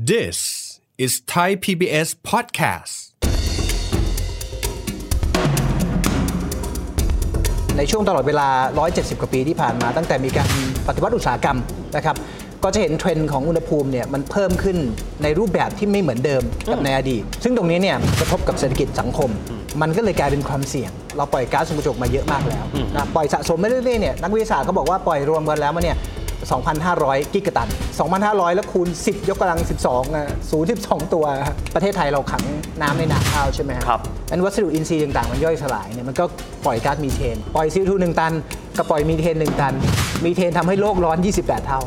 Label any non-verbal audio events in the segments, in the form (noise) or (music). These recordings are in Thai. This is Thai PBS podcast. ในช่วงตลอดเวลา 170 กว่าปีที่ผ่านมาตั้งแต่มีการปฏิวัติอุตสาหกรรมนะครับ ก็จะเห็นเทรนด์ของอุณหภูมิเนี่ยมันเพิ่มขึ้นในรูปแบบที่ไม่เหมือนเดิมกับในอดีต ซึ่งตรงนี้เนี่ยกระทบกับเศรษฐกิจสังคม มันก็เลยกลายเป็นความเสี่ยง เราปล่อยก๊าซเรือนกระจกมาเยอะมากแล้วนะปล่อยสะสมไปเรื่อยๆเนี่ยนักวิทยาศาสตร์เขาบอกว่าปล่อยรวมกันแล้วมันเนี่ย 2,500 กิกะตัน 2,500 แล้วคูณ 10 ยกกำลัง 12อ่ะ0.12 ตัว ประเทศไทยเราขังน้ำในนาข้าวใช่ไหม ครับ อันวัสดุอินทรีย์ต่างๆ มันย่อยสลายเนี่ยมันก็ปล่อยก๊าซมีเทน ปล่อย CO2 1 ตันกับปล่อยมีเทน 1 ตัน มีเทนทำให้โลกร้อน 28 เท่า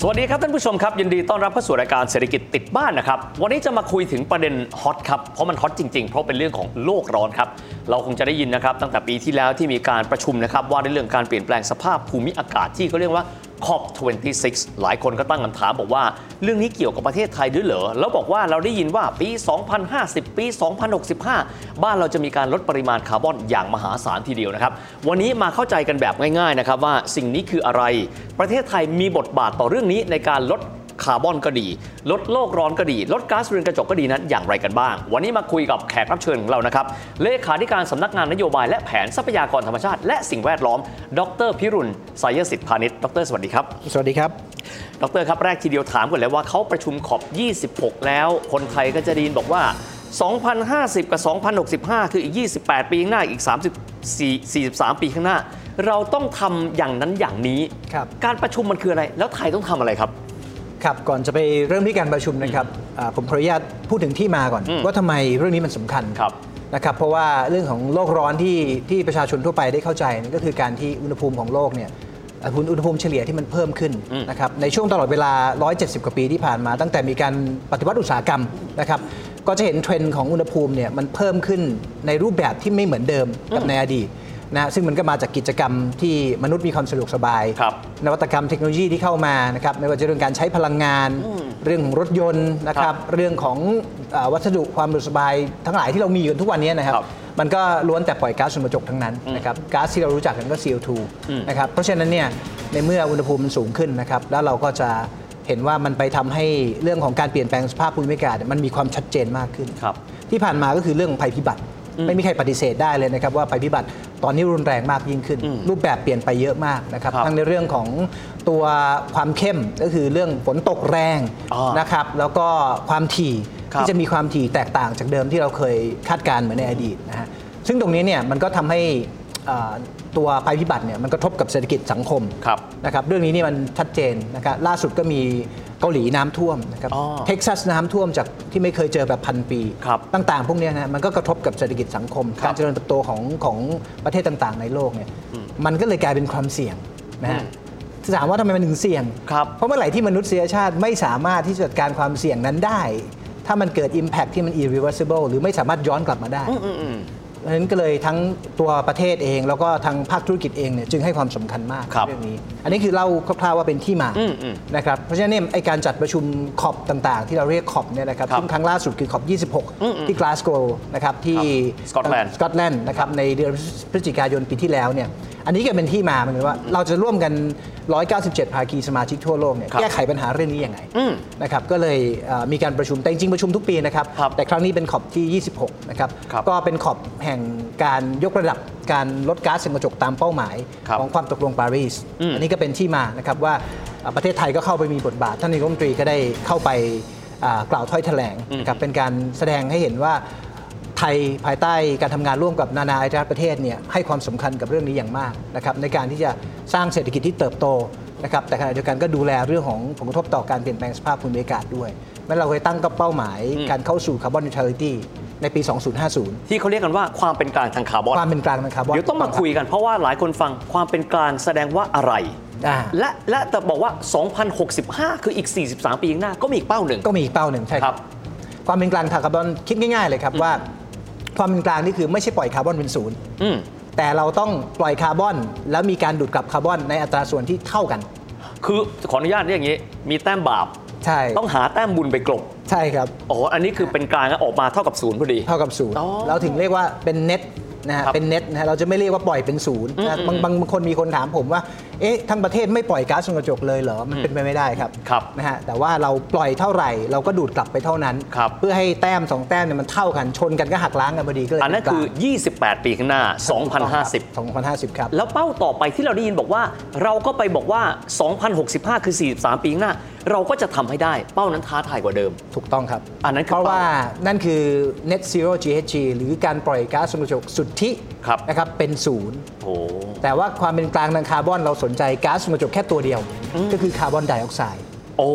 สวัสดีครับท่านผู้ชมครับ ยินดีต้อนรับเข้าสู่รายการเศรษฐกิจติดบ้านนะครับ วันนี้จะมาคุยถึงประเด็นฮอตครับ เพราะมันฮอตจริงๆ เพราะเป็นเรื่องของโลกร้อนครับ เราคงจะได้ยินนะครับ ตั้งแต่ปีที่แล้วที่มีการประชุมนะครับ ว่าในเรื่องการเปลี่ยนแปลงสภาพภูมิอากาศที่เขาเรียกว่า COP26 หลายคนก็ตั้งคำถามบอกว่า เรื่องนี้เกี่ยวกับประเทศไทยด้วยเหรอแล้วบอกว่าเราได้ยินว่าปี 2050 ปี 2065 บ้านเราจะมีการลดปริมาณคาร์บอนอย่างมหาศาลทีเดียวนะครับ วันนี้มาเข้าใจกันแบบง่ายๆนะครับว่าสิ่งนี้คืออะไร ประเทศไทยมีบทบาทต่อเรื่องนี้ในการลดคาร์บอนก็ดี ลดโลกร้อนก็ดี ลดก๊าซเรือนกระจกก็ดีนั้นอย่างไรกันบ้าง วันนี้มาคุยกับแขกรับเชิญของเรานะครับเลขาธิการสำนักงานนโยบายและแผนทรัพยากรธรรมชาติ และสิ่งแวดล้อม ดรพิรุณสายสิทธิพาณิชย์ดรสวัสดีครับ สวัสดีครับ ดรครับ แรกทีเดียวถามก่อนเลยว่าเขาประชุมขอบ 26 แล้ว คนไทยก็จะไดยินบอกว่า 2050 กับ 2065 คืออีก 28 ปีข้างหน้าอีก 34 43 ปีข้างหน้า เราต้องทำอย่างนั้นอย่างนี้ ครับ การประชุมมันคืออะไร แล้วไทยต้องทำอะไรครับ ครับก่อนจะไปเริ่มที่การประชุมนะครับอ่าผมขออนุญาตพูดถึงที่มาก่อน อืม ว่าทำไมเรื่องนี้มันสำคัญ ครับ นะครับเพราะว่าเรื่องของโลกร้อนที่ที่ประชาชนทั่วไปได้เข้าใจนั่นก็คือการที่อุณหภูมิของโลกเนี่ยอ่าคุณอุณหภูมิเฉลี่ยที่มันเพิ่มขึ้น อืม นะครับในช่วงตลอดเวลา 170 กว่าปีที่ผ่านมา ตั้งแต่มีการปฏิวัติอุตสาหกรรมนะครับก็จะเห็นเทรนด์ของอุณหภูมิเนี่ยมันเพิ่มขึ้นในรูปแบบที่ไม่เหมือนเดิมกับในอดีตนะซึ่งมันก็มาจากกิจกรรมที่มนุษย์มีความสะดวกสบาย ครับ นวัตกรรมเทคโนโลยีที่เข้ามานะครับไม่ว่าจะเรื่องการใช้พลังงาน เรื่องของรถยนต์นะครับเรื่องของเออวัสดุความสะดวกสบายทั้งหลายที่เรามีอยู่ทุกวันนี้นะครับ ครับ มันก็ล้วนแต่ปล่อยก๊าซเรือนกระจกทั้งนั้นนะครับก๊าซที่เรารู้จักกันก็ CO2 นะครับเพราะฉะนั้นเนี่ยในเมื่ออุณหภูมิมันสูงขึ้นนะครับแล้วเราก็จะเห็นว่ามันไปทำให้เรื่องของการเปลี่ยนแปลงสภาพภูมิอากาศเนี่ยมันมีความชัดเจนมากขึ้น ครับ ที่ผ่านมาก็คือเรื่องของภัยพิบัติ ไม่มีใครปฏิเสธได้เลยนะครับว่าภัยพิบัติตอนนี้รุนแรงมากยิ่งขึ้น รูปแบบเปลี่ยนไปเยอะมากนะครับ ครับ ทั้งในเรื่องของตัวความเข้มก็คือเรื่องฝนตกแรง อ่าน นะครับแล้วก็ความถี่ ครับ ที่จะมีความถี่แตกต่างจากเดิมที่เราเคยคาดการณ์เหมือนในอดีตนะฮะซึ่งตรงนี้เนี่ยมันก็ทำให้เอ่อตัวภัยพิบัติเนี่ยมันกระทบกับเศรษฐกิจสังคม ครับ นะครับเรื่องนี้เนี่ยมันชัดเจนนะครับล่าสุดก็มีเกาหลีน้ำท่วมนะครับ อ๋อ เท็กซัสน้ำท่วมจากที่ไม่เคยเจอแบบพันปี ครับ ต่างๆ พวกเนี้ยนะมันก็กระทบกับเศรษฐกิจสังคม ครับ การเจริญเติบโตของของประเทศต่างๆ ในโลกเนี่ยมันก็เลยกลายเป็นความเสี่ยงนะฮะ อืม ถามว่าทำไมมันถึงเสี่ยง ครับ เพราะเมื่อไหร่ที่มนุษยชาติไม่สามารถที่จะจัดการความเสี่ยงนั้นได้ ถ้ามันเกิด Impact ที่มัน irreversible หรือไม่สามารถย้อนกลับมาได้ดังนั้นก็เลยทั้งตัวประเทศเอง แล้วก็ทางภาคธุรกิจเองเนี่ยจึงให้ความสำคัญมาก ครับ เรื่องนี้ อันนี้คือเล่าคร่าวๆว่าเป็นที่มา อืมอืม นะครับเพราะฉะนั้นเนี่ยไอการจัดประชุมขอบต่างๆ ที่เราเรียกขอบเนี่ยนะครับ ครับ ซึ่งครั้งล่าสุดคือขอบ 26 ที่กลาสโกวนะครับที่ ครับสกอตแลนด์ สกอตแลนด์นะครับในเดือนพฤศจิกายนปีที่แล้วเนี่ยอันนี้ก็เป็นที่มาเหมือนกันว่าเราจะร่วมกัน 197 ภาคีสมาชิกทั่วโลกเนี่ย ครับ แก้ไขปัญหาเรื่องนี้ยังไง อืม นะครับก็เลยเอ่อมีการประชุมแต่จริงๆประชุมทุกปีนะครับ ครับ แต่ครั้งนี้เป็นขอบที่ 26 นะครับ ครับ ก็เป็นขอบแห่งการยกระดับการลดก๊าซเรือนกระจกตามเป้าหมาย ครับ ของความตกลงปารีส อืม อันนี้ก็เป็นที่มานะครับว่าเอ่อประเทศไทยก็เข้าไปมีบทบาทท่านนายกรัฐมนตรีก็ได้เข้าไปอ่ากล่าวถ้อยแถลงนะครับเป็นการแสดงให้เห็นว่าไทยภายใต้การทำงานร่วมกับนานาอาชญาประเทศเนี่ยให้ความสำคัญกับเรื่องนี้อย่างมากนะครับในการที่จะสร้างเศรษฐกิจที่เติบโตนะครับแต่ขณะเดียวกันก็ดูแลเรื่องของผลกระทบต่อการเปลี่ยนแปลงสภาพภูมิอากาศด้วยแม้เราเคยตั้งกับเป้าหมายการเข้าสู่คาร์บอนนิวทรัลิตี้ในปี 2050 ที่เขาเรียกกันว่าความเป็นกลางทางคาร์บอน ความเป็นกลางทางคาร์บอน เดี๋ยวต้องมาคุยกันเพราะว่าหลายคนฟังความเป็นกลางแสดงว่าอะไร อ่า และและแต่บอกว่า 2065 คืออีก 43 ปีข้างหน้าก็มีอีกเป้าหนึ่ง ก็มีอีกเป้าหนึ่งใช่ ครับ ความเป็นกลางทางคาร์บอนคิดง่ายๆเลยครับว่า ความเป็นกลางนี่คือไม่ใช่ปล่อยคาร์บอนเป็นศูนย์ อืม แต่เราต้องปล่อยคาร์บอน แล้วมีการดูดกลับคาร์บอนในอัตราส่วนที่เท่ากัน คือขออนุญาตเรียกอย่างนี้ มีแต้มบาป ใช่ ต้องหาแต้มบุญไปกลบ ใช่ครับ โอ้โหอันนี้คือเป็นกลางนะออกมาเท่ากับศูนย์พอดี เท่ากับศูนย์ อ๋อ เราถึงเรียกว่าเป็นเน็ตนะฮะ ครับ เป็นเน็ตนะฮะเราจะไม่เรียกว่าปล่อยเป็นศูนย์นะฮะบางบางบางคนมีคนถามผมว่าเอ๊ะทั้งประเทศไม่ปล่อยก๊าซเรือนกระจกเลยเหรอมันเป็นไปไม่ได้ครับ ครับ นะฮะแต่ว่าเราปล่อยเท่าไหร่ เราก็ดูดกลับไปเท่านั้น ครับ เพื่อให้แต้มสองแต้มเนี่ยมันเท่ากันชนกันก็หักล้างกันพอดีก็เลย อันนั้นคือ 28 ปีข้างหน้า 2050 2050 ครับ แล้วเป้าต่อไปที่เราได้ยินบอกว่า เราก็ไปบอกว่า 2065 คือ 43 ปีข้างหน้า เราก็จะทำให้ได้เป้านั้นท้าทายกว่าเดิม ถูกต้องครับ อันนั้นคือ เพราะว่า เป้ นั่นคือ net zero GHG หรือการปล่อยก๊าซเรือนกระจกสุทธิ ครับ นะครับเป็นศูนย์ โอ้โห แต่ว่าความเป็นกลางทางคาร์บอนเราสนใจก๊าซเรือนกระจกแค่ตัวเดียว ก็คือคาร์บอนไดออกไซด์ โอ้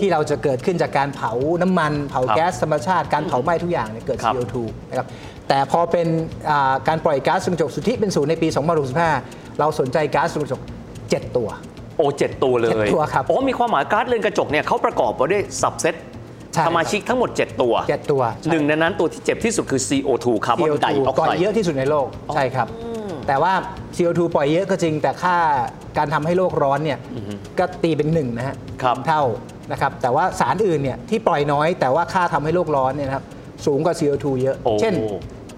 ที่เราจะเกิดขึ้นจากการเผาน้ำมัน เผา ครับ แก๊สธรรมชาติ การเผาไหม้ทุกอย่างเนี่ยเกิด ครับ CO2 นะครับแต่พอเป็นอ่าการปล่อยก๊าซเรือนกระจกสุทธิเป็นศูนย์ในปี 2065 เราสนใจก๊าซเรือนกระจก 7 ตัว โอ้เจ็ดตัวเลย เจ็ดตัวครับ โอ้มีความหมายการ์ดเรือนกระจกเนี่ยเขาประกอบไปด้วยสับเซต ใช่ สมาชิกทั้งหมด 7 ตัว เจ็ดตัว หนึ่งในนั้นตัวที่เจ็บที่สุดคือ CO2 คาร์บอน CO2 ไดออก ปล่อ ไซ ย ด์ เยอะที่สุดในโลกใช่ครับ แต่ว่า CO2 ปล่อยเยอะก็จริง แต่ค่าการทำให้โลกร้อนเนี่ยก็ตีเป็นหนึ่งนะฮะ ครับ เท่านะครับแต่ว่าสารอื่นเนี่ยที่ปล่อยน้อย แต่ว่าค่าทำให้โลกร้อนเนี่ยนะครับสูงกว่า CO2 เยอะ โอ้ เช่น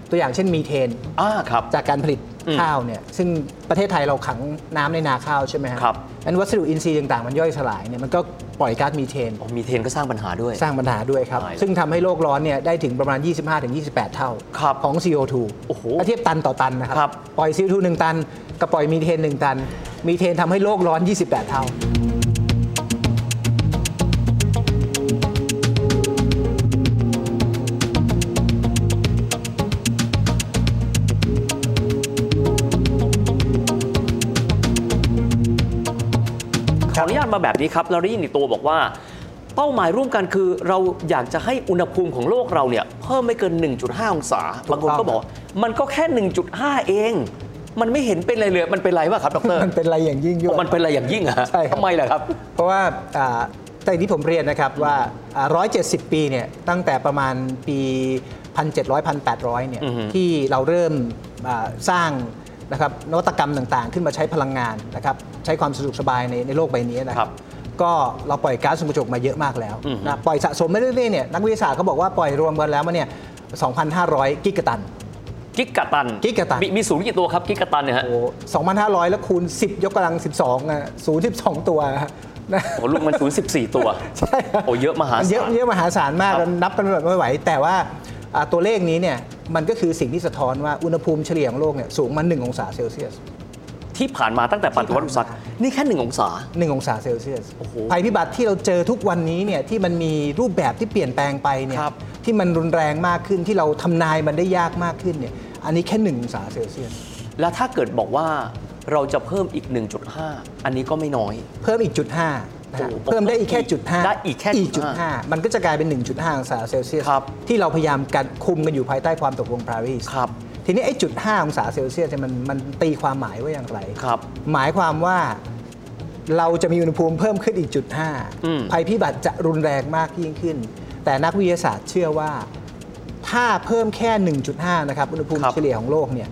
ตัวอย่างเช่นมีเทน อ่าครับ จากการผลิต อืม ข้าวเนี่ยซึ่งประเทศไทยเราขังน้ำในนาข้าวใช่ไหมฮะ ครับ นั้นวัสดุอินทรีย์ต่างๆ มันย่อยสลายเนี่ยมันก็ปล่อยก๊าซมีเทน โอ้มีเทนก็สร้างปัญหาด้วย สร้างปัญหาด้วยครับ ตายแล้ว ซึ่งทำให้โลกร้อนเนี่ยได้ถึงประมาณ 25-28 เท่า ครับ ของ CO2 โอ้โห ถ้าเทียบตันต่อตันนะครั ครับ ปล่อย CO2 1 ตัน กับปล่อยมีเทน 1 ตัน มีเทนทำให้โลกร้อน 28 เท่า ขออนุญาตมาแบบนี้ครับ เราได้ยินอีกตัวบอกว่า เป้าหมายร่วมกันคือ เราอยากจะให้อุณหภูมิของโลกเราเนี่ยเพิ่มไม่เกิน 1.5 องศา ถูกต้องบางคนก็บอก มันก็แค่ 1.5 เอง มันไม่เห็นเป็นอะไรเลย มันเป็นไรวะครับดอกเตอร มันเป็นอะไรอย่างยิ่งยวด มันเป็นอะไรอย่างยิ่งอะฮะ ใช่ครับ ทำไมล่ะครับ เพราะว่าอ่าแต่อย่างที่ผมเรียนนะครับว่าอ่า170 ปีเนี่ยตั้งแต่ประมาณปี 1,700-1,800 เนี่ย อือฮึ ที่เราเริ่มอ่าสร้างนะครับนวัตกรรมต่างๆ ขึ้นมาใช้พลังงานนะครับใช้ความสะดวกสบายในในโลกใบนี้นะค ครั รับบ ก็เราปล่อยก๊าซเรือนกระจกมาเยอะมากแล้ว อือฮึ นะปล่อยสะสมไปเรื่อยๆเนี่ยนักวิทยาศาสตร์เขาบอกว่าปล่อยรวมกันแล้วมันเนี่ย 2,500 กิกะตัน กิกะตัน กิกะตัน มีมีศูนย์กี่ตัวครับกิกะตันเนี่ยฮะ โอ้2,500 แล้วคูณ 10 ยกกำลัง 12อ่ะ0.12 ตัวนะ โอ้ลูกมันศูนย์สิบสี่ตัว ใช่ครับ โอ้เยอะมหาศาล นเยอะเยอะมหาศาลมาก ครับ เรานับกันแบบไม่ไหว แต่ว่าอ่าตัวเลขนี้เนี่ยมันก็คือสิ่งที่สะท้อนว่าอุณหภูมิเฉลี่ยของโลกเนี่ยสูงมา1องศาเซลเซียส ที่ผ่านมาตั้งแต่ปฏิวัติอุตสาหกรรมนี่แค่หนึ่งองศา 1องศาเซลเซียส โอ้โห ภัยพิบัติที่เราเจอทุกวันนี้เนี่ยที่มันมีรูปแบบที่เปลี่ยนแปลงไปเนี่ย ครับ ที่มันรุนแรงมากขึ้นที่เราทำนายมันได้ยากมากขึ้นเนี่ยอันนี้แค่1องศาเซลเซียส แล้วถ้าเกิดบอกว่าเราจะเพิ่มอีก 1.5 อันนี้ก็ไม่น้อย เพิ่มอีกจุดห้านะฮะ โอ้โห เพิ่มได้อีกแค่จุดห้า ได้อีกแค่ จุดห้ามันก็จะกลายเป็น 1.5องศาเซลเซียส ครับ ที่เราพยายามกันคุมกันอยู่ภายใต้ความตกลงปารีส ครับ ทีนี้ไอ้จุดห้าองศาเซลเซียสเนี่ยมันมันตีความหมายว่าอย่างไร ครับ หมายความว่าเราจะมีอุณหภูมิเพิ่มขึ้นอีกจุดห้า อืม ภัยพิบัติจะรุนแรงมากยิ่งขึ้น แต่นักวิทยาศาสตร์เชื่อว่า ถ้าเพิ่มแค่ 1.5 นะครับ อุณหภูมิ ครับ เฉลี่ยของโลกเนี่ย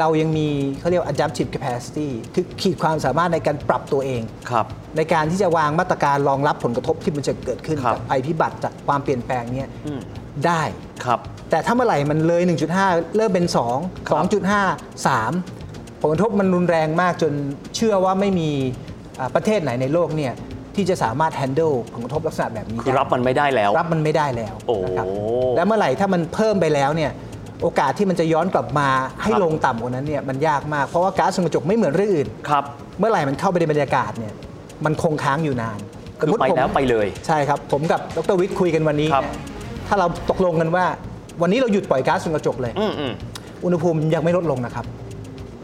เรายังมีเขาเรียกว่า adaptive capacity คือขีดความสามารถในการปรับตัวเอง ครับ ในการที่จะวางมาตรการรองรับผลกระทบที่มันจะเกิดขึ้น ครั จา บ กภัยพิบัติจากความเปลี่ยนแปลงเนี้ย อืม ได้ ครับ แต่ถ้าเมื่อไหร่มันเลย 1.5 เริ่มเป็น 2 ครับ 2.5 3 ผลกระทบมันรุนแรงมากจนเชื่อว่าไม่มีอ่าประเทศไหนในโลกเนี่ยที่จะสามารถ handle ผลกระทบลักษณะแบบนี้ คือ ได้ รับมันไม่ได้แล้ว รับมันไม่ได้แล้ว โอ้ นะครับแล้วเมื่อไหร่ถ้ามันเพิ่มไปแล้วเนี่ยโอกาสที่มันจะย้อนกลับมาให้ ครับ ลงต่ำกว่านั้นเนี่ยมันยากมาก เพราะว่าก๊าซเรือนกระจกไม่เหมือนเรื่องอื่น ครับ เมื่อไหร่มันเข้าไปในบรรยากาศเนี่ยมันคงค้างอยู่นาน คืสอมมุติ ไปแล้ว ผม ไปเลย ใช่ครับ ผมกับดรวิทย์คุยกันวันนี้ ครับ เนี่ยถ้าเราตกลงกันว่า วันนี้เราหยุดปล่อยก๊าซเรือนกระจกเลย อืมอืม อุณหภูมิยังไม่ลดลงนะครับ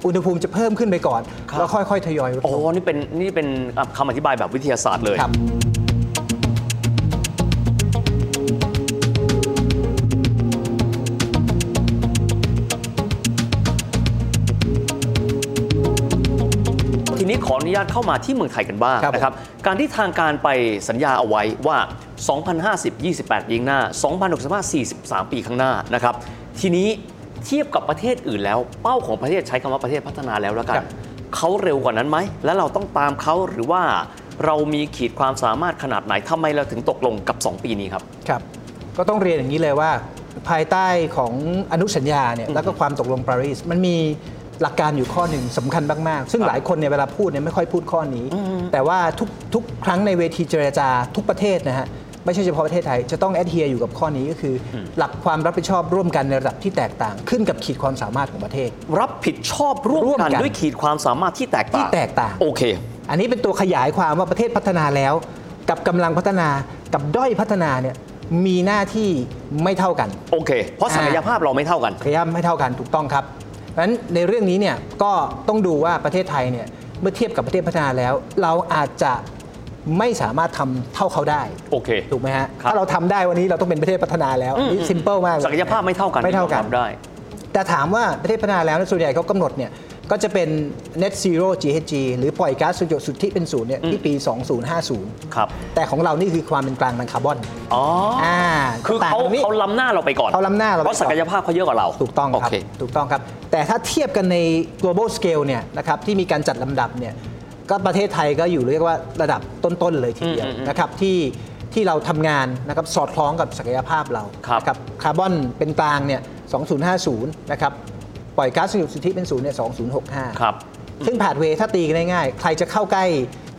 อุณหภูมิจะเพิ่มขึ้นไปก่อน ครับ แล้วค่อยๆทยอยลด โอ้ ลง นี่เป็นนี่เป็นอ่ะคำอธิบายแบบวิทยาศาสตร์เลย ครับ ทีนี้ขออนุญาตเข้ามาที่เมืองไทยกันบ้าง ครับ นะครับ การที่ทางการไปสัญญาเอาไว้ว่า 2050 28ปีข้างหน้า 2065 43 ปีข้างหน้านะครับ ทีนี้ เทียบกับประเทศอื่นแล้ว เป้าของประเทศใช้คำว่าประเทศพัฒนาแล้วแล้วกั ครั น บ เขาเร็วกว่านั้นไหม แล้วเราต้องตามเขาหรือว่าเรามีขีดความสามารถขนาดไหนทำไมเราถึงตกลงกับ 2 ปีนี้ครับ ครับ ก็ต้องเรียนอย่างนี้เลยว่า ภายใต้ของอนุสัญญาเนี่ยแล้วก็ความตกลงปารีสมันมีหลักการอยู่ข้อหนึ่งสำคัญมาก ๆ ซึ่งหลายคนเนี่ยเวลาพูดเนี่ยไม่ค่อยพูดข้อนี้ แต่ว่าทุกทุกครั้งในเวทีเจรจาทุกประเทศนะฮะ ไม่ใช่เฉพาะประเทศไทย จะต้องแอดเฮียอยู่กับข้อนี้ก็คืออหลักความรับผิดชอบร่วมกันในระดับที่แตกต่าง ขึ้นกับขีดความสามารถของประเทศ รับผิดชอบร่วม ร่วมกั กัน น ด้วยขีดความสามารถที่แตกต่าง ที่แตกต่าง โอเค อันนี้เป็นตัวขยายความว่าประเทศพัฒนาแล้ว กับกำลังพัฒนากับด้อยพัฒนาเนี่ยมีหน้าที่ไม่เท่ากัน โอเค เพราะศักยภาพเราไม่เท่ากัน ขยำให้เท่ากันถูกต้องครับเพราะฉะนั้นในเรื่องนี้เนี่ยก็ต้องดูว่าประเทศไทยเนี่ยเมื่อเทียบกับประเทศพัฒนาแล้ว เราอาจจะไม่สามารถทำเท่าเขาได้ โอเค ถูกไหมฮะ ครับ ถ้าเราทำได้วันนี้เราต้องเป็นประเทศพัฒนาแล้วนี่ซิมเปิลมากเล ศักยภาพไม่เท่ากัน ไม่เท่ากัน ที่รทำได้ แต่ถามว่าประเทศพัฒนาแล้วเนี่ยส่วนใหญ่เขากำหนดเนี่ยก็จะเป็น net zero GHG หรือปล่อยก๊าซสุญญสุทธิเป็นศูนย์เนี่ยที่ปี 2050 ครับ แต่ของเรานี่คือความเป็นกลางทางคาร์บอน อ๋ออ อ่า คือ ต่ง เขา ตรงนี้ เขาล้ำหน้าเราไปก่อน เขาล้ำหน้าเราไปก่อน เพราะศักยภาพเขาเยอะกว่าเรา ถูกต้อง โอ ครับ เค ถูกต้องครับ แต่ถ้าเทียบกันใน global scale เนี่ยนะครับที่มีการจัดลำดับเนี่ยก็ประเทศไทยก็อยู่เรียกว่าระดับต้น ๆ เลยทีเดียว อืมอืม นะครับที่ที่เราทำงานนะครับสอดคล้องกับศักยภาพเรา ครับ นะคาร์บอนเป็นกลางเนี่ย2050 นะครับ ปล่อยก๊าซเรือนกระจกสุทธิเป็นศูนย์เนี่ย2065 ครับ ซึ่งผ่านเวถ้าตีกันง่ายๆ ใครจะเข้าใกล้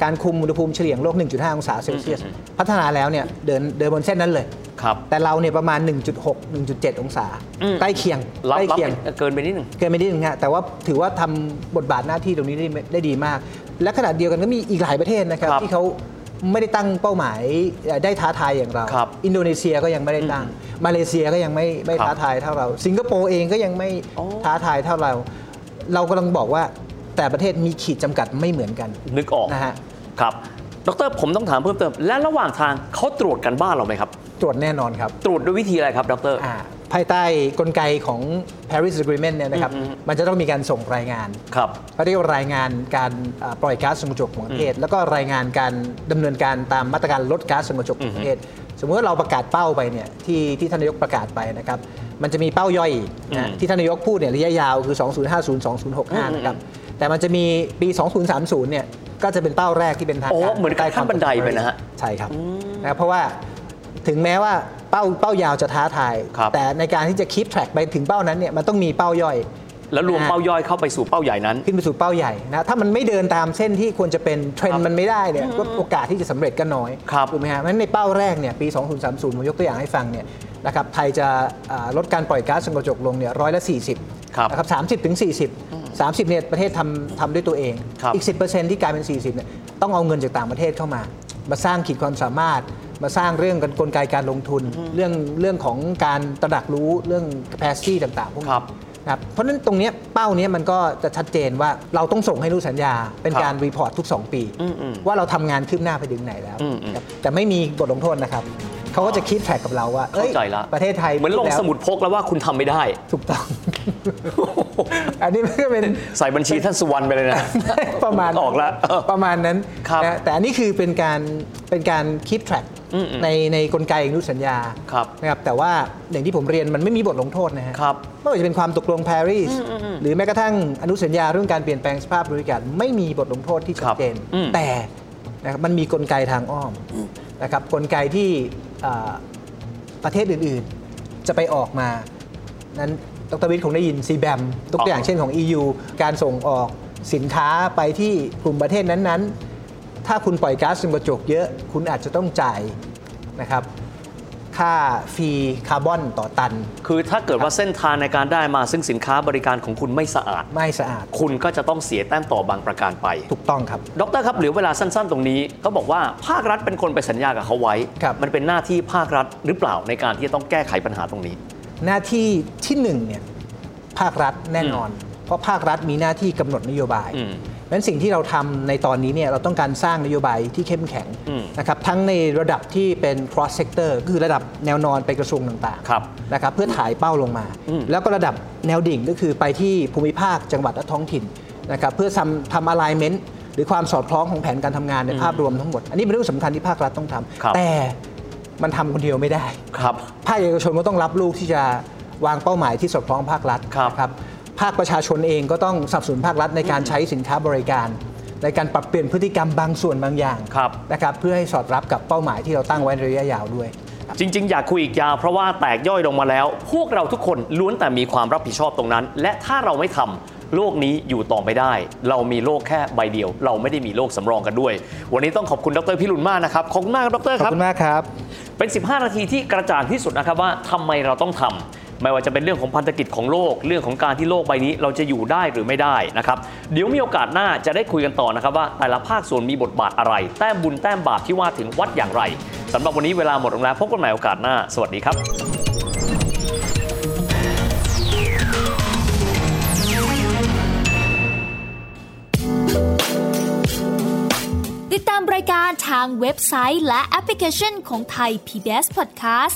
การคุมอุณหภูมิเฉลี่ยโลก 1.5 องศาเซลเซียส พัฒนาแล้วเนี่ยเดินเดินบนเส้นนั้นเลย ครับ แต่เราเนี่ยประมาณ 1.6 1.7 องศา อืม ใกล้เคียง รับ ใกล้ รับ เคียง เกินไปนิดหนึ่ง เกินไปนิดนึงฮะแต่ว่าถือว่าทำบทบาทหน้าที่ตรงนี้ได้ได้ดีมาก และขณะเดียวกันก็มีอีกหลายประเทศนะครับ ครับ ที่เขาไม่ได้ตั้งเป้าหมายเอ่อได้ท้าทายอย่างเรา ครับ อินโดนีเซียก็ยังไม่ได้ตั้ง มาเลเซียก็ยังไม่ไม่ ครับ ท้าทายเท่าเรา สิงคโปร์เองก็ยังไม่ อ๋อ ท้าทายเท่าเรา เรากำลังบอกว่าแต่ประเทศมีขีดจำกัดไม่เหมือนกัน นึกออก นะฮะ ครับ ดรผมต้องถามเพิ่มเติม และระหว่างทางเขาตรวจกันบ้านเราไหมครับ ตรวจแน่นอนครับ ตรวจด้วยวิธีอะไรครับ ดร อ่าภายใต้กลไกของ Paris Agreement เนี่ยนะครับ อืมอืม มันจะต้องมีการส่งรายงาน ครับ เขาเรียกว่ารายงานการเอ่อปล่อยก๊าซเรือนกระจกของประเทศ แล้วก็รายงานการดำเนินการตามมาตรการลดก๊าซเรือนกระจกของประเทศ สมมติว่าเราประกาศเป้าไปเนี่ยที่ที่ท่านนายกประกาศไปนะครับ มันจะมีเป้าย่อยอีกนะ อืม ที่ท่านนายกพูดเนี่ยระยะยาวคือ 2050 2065 นะครับ แต่มันจะมีปี 2030 เนี่ยก็จะเป็นเป้าแรกที่เป็นทาง โอ้ การ เหมือนกับขั้นบันไดไปนะฮะ ใช่ครับนะครับเพราะว่าถึงแม้ว่าเป้าเป้ายาวจะท้าทาย ครับ แต่ในการที่จะคีปแทร็กไปถึงเป้านั้นเนี่ยมันต้องมีเป้าย่อย แล้วรวม นะฮะ เป้าย่อยเข้าไปสู่เป้าใหญ่นั้น ขึ้นไปสู่เป้าใหญ่นะถ้ามันไม่เดินตามเส้นที่ควรจะเป็นเทรน ครับ ด์มันไม่ได้เนี่ยก็โอกาสที่จะสำเร็จก็น้อย ครับ ถูกไหมฮะเพราะฉะนั้นในเป้าแรกเนี่ยปี 2030 ผมยกตัวอย่างให้ฟังเนี่ยนะครับไทยจะอ่าลดการปล่อยก๊าซเรือนกระจกลงเนี่ยร้อยละ40 ครับ นะครับ30ถึง40 30เนี่ยประเทศทำทำด้วยตัวเอง ครับ อีก 10%ที่กลายเป็น 40เนี่ยต้องเอาเงินจากต่างประเทศเข้ามา มาสร้างขีดความสามารถ มาสร้างเรื่องกันกลไกการลงทุน เรื่องเรื่องของการตระหนักรู้เรื่อง capacity ต่างๆพวก ครั นี้ บ นะครับเพราะฉะนั้นตรงเนี้ยเป้าเนี้ยมันก็จะชัดเจนว่าเราต้องส่งให้รู้สัญญาเป็น ครับ การรีพอร์ตทุก 2 ปี อืมอืม ว่าเราทำงานคืบหน้าไปถึงไหนแล้ว อืมอืม ครับแต่ไม่มีบทลงโทษนะครับ เขาก็จะคิดแท็กกับเราว่าอ้ย เข้าใจละ ประเทศไทย เหมือนลง แว สมุดพกแล้วว่าคุณทำไม่ได้ ถูกต้อง อันนี้มันก็ (laughs) เป็น ใส่บัญชีท่านสุวรรณไปเลยนะ (laughs) ประมาณ ออกแล้วเออ ประมาณนั้น ครับ นะแต่อันนี้คือเป็นการเป็นการคิดแทร็ก อืมๆ ในในกลไกอนุสัญญา ครับ นะครับแต่ว่าอย่างที่ผมเรียนมันไม่มีบทลงโทษนะฮะ ครับ ไม่ว่าจะเป็นความตกลงปารีสหรือแม้กระทั่งอนุสัญญาเรื่องการเปลี่ยนแปลงสภาพภูมิอากาศไม่มีบทลงโทษที่ชั ค ด รับ เจน อืม แต่นะครับมันมีกลไกทางอ้อมนะครับกลไกที่อ่าประเทศอื่นๆ จะไปออกมานั้นดรวิทย์คงได้ยินซีแบมยกตัวอย่าง เช่นของ EU การส่งออกสินค้าไปที่กลุ่มประเทศนั้นๆ ถ้าคุณปล่อยก๊าซเรือนกระจกเยอะ คุณอาจจะต้องจ่ายนะครับ ค่าฟรีคาร์บอนต่อตัน คือถ้าเกิดว่าเส้นทางในการได้มาซึ่งสินค้าบริการของคุณไม่สะอาด ไม่สะอาด คุณก็จะต้องเสียแต้มต่อบางประการไป ถูกต้องครับ ดรครับเหลือเวลาสั้นๆ ตรงนี้เขาบอกว่าภาครัฐเป็นคนไปสัญญากับเขาไว้ ครับ มันเป็นหน้าที่ภาครัฐหรือเปล่าในการที่จะต้องแก้ไขปัญหาตรงนี้ หน้าที่ที่หนึ่งเนี่ยภาครัฐแน่นอน เพราะภาครัฐมีหน้าที่กำหนดนโยบาย อืม เพราะฉะนั้นสิ่งที่เราทำในตอนนี้เนี่ยเราต้องการสร้างนโยบายที่เข้มแข็ง อืม นะครับทั้งในระดับที่เป็น cross sector คือระดับแนวนอนไปกระทรวงต่าง ครับ ๆนะครับเพื่อถ่ายเป้าลงมา อืม แล้วก็ระดับแนวดิ่งก็คือไปที่ภูมิภาคจังหวัดและท้องถิ่นนะครับเพื่อทำทำ alignment หรือความสอดคล้องของแผนการทำงานในภาพรวมทั้งหมด อันนี้เป็นเรื่องสำคัญที่ภาครัฐต้องทำ ครับ แต่มันทำคนเดียวไม่ได้ ครับ ภาคเอกชนก็ต้องรับลูกที่จะ วางเป้าหมายที่สอดคล้องภาครัฐ ครับ นะภาคประชาชนเองก็ต้องสนับสนุนภาครัฐในการใช้สินค้าบริการ ในการปรับเปลี่ยนพฤติกรรมบางส่วนบางอย่าง ครับ นะครับเพื่อให้สอดรับกับเป้าหมายที่เราตั้งไว้ในระยะยาวด้วย จริง ๆ อยากคุยอีกยาวเพราะว่าแตกย่อยลงมาแล้ว พวกเราทุกคนล้วนแต่มีความรับผิดชอบตรงนั้น และถ้าเราไม่ทำโลกนี้อยู่ต่อไม่ได้ เรามีโลกแค่ใบเดียว เราไม่ได้มีโลกสำรองกันด้วย วันนี้ต้องขอบคุณดรพิรุณมากนะครับขอบคุณมากครับดร ขอ ค บ รับ คุณมากครับ เป็น 15 นาทีที่กระจ่างที่สุดนะครับว่าทำไมเราต้องทำไม่ว่าจะเป็นเรื่องของพันธกิจของโลก เรื่องของการที่โลกใบนี้เราจะอยู่ได้หรือไม่ได้นะครับ เดี๋ยวมีโอกาสหน้าจะได้คุยกันต่อนะครับว่าแต่ละภาคส่วนมีบทบาทอะไร แต้มบุญแต้มบาปที่ว่าถึงวัดอย่างไรสำหรับวันนี้เวลาหมดลงแล้วพบกันใหม่โอกาสหน้า สวัสดีครับ ติดตามรายการทางเว็บไซต์และแอปพลิเคชันของไทย PBS Podcast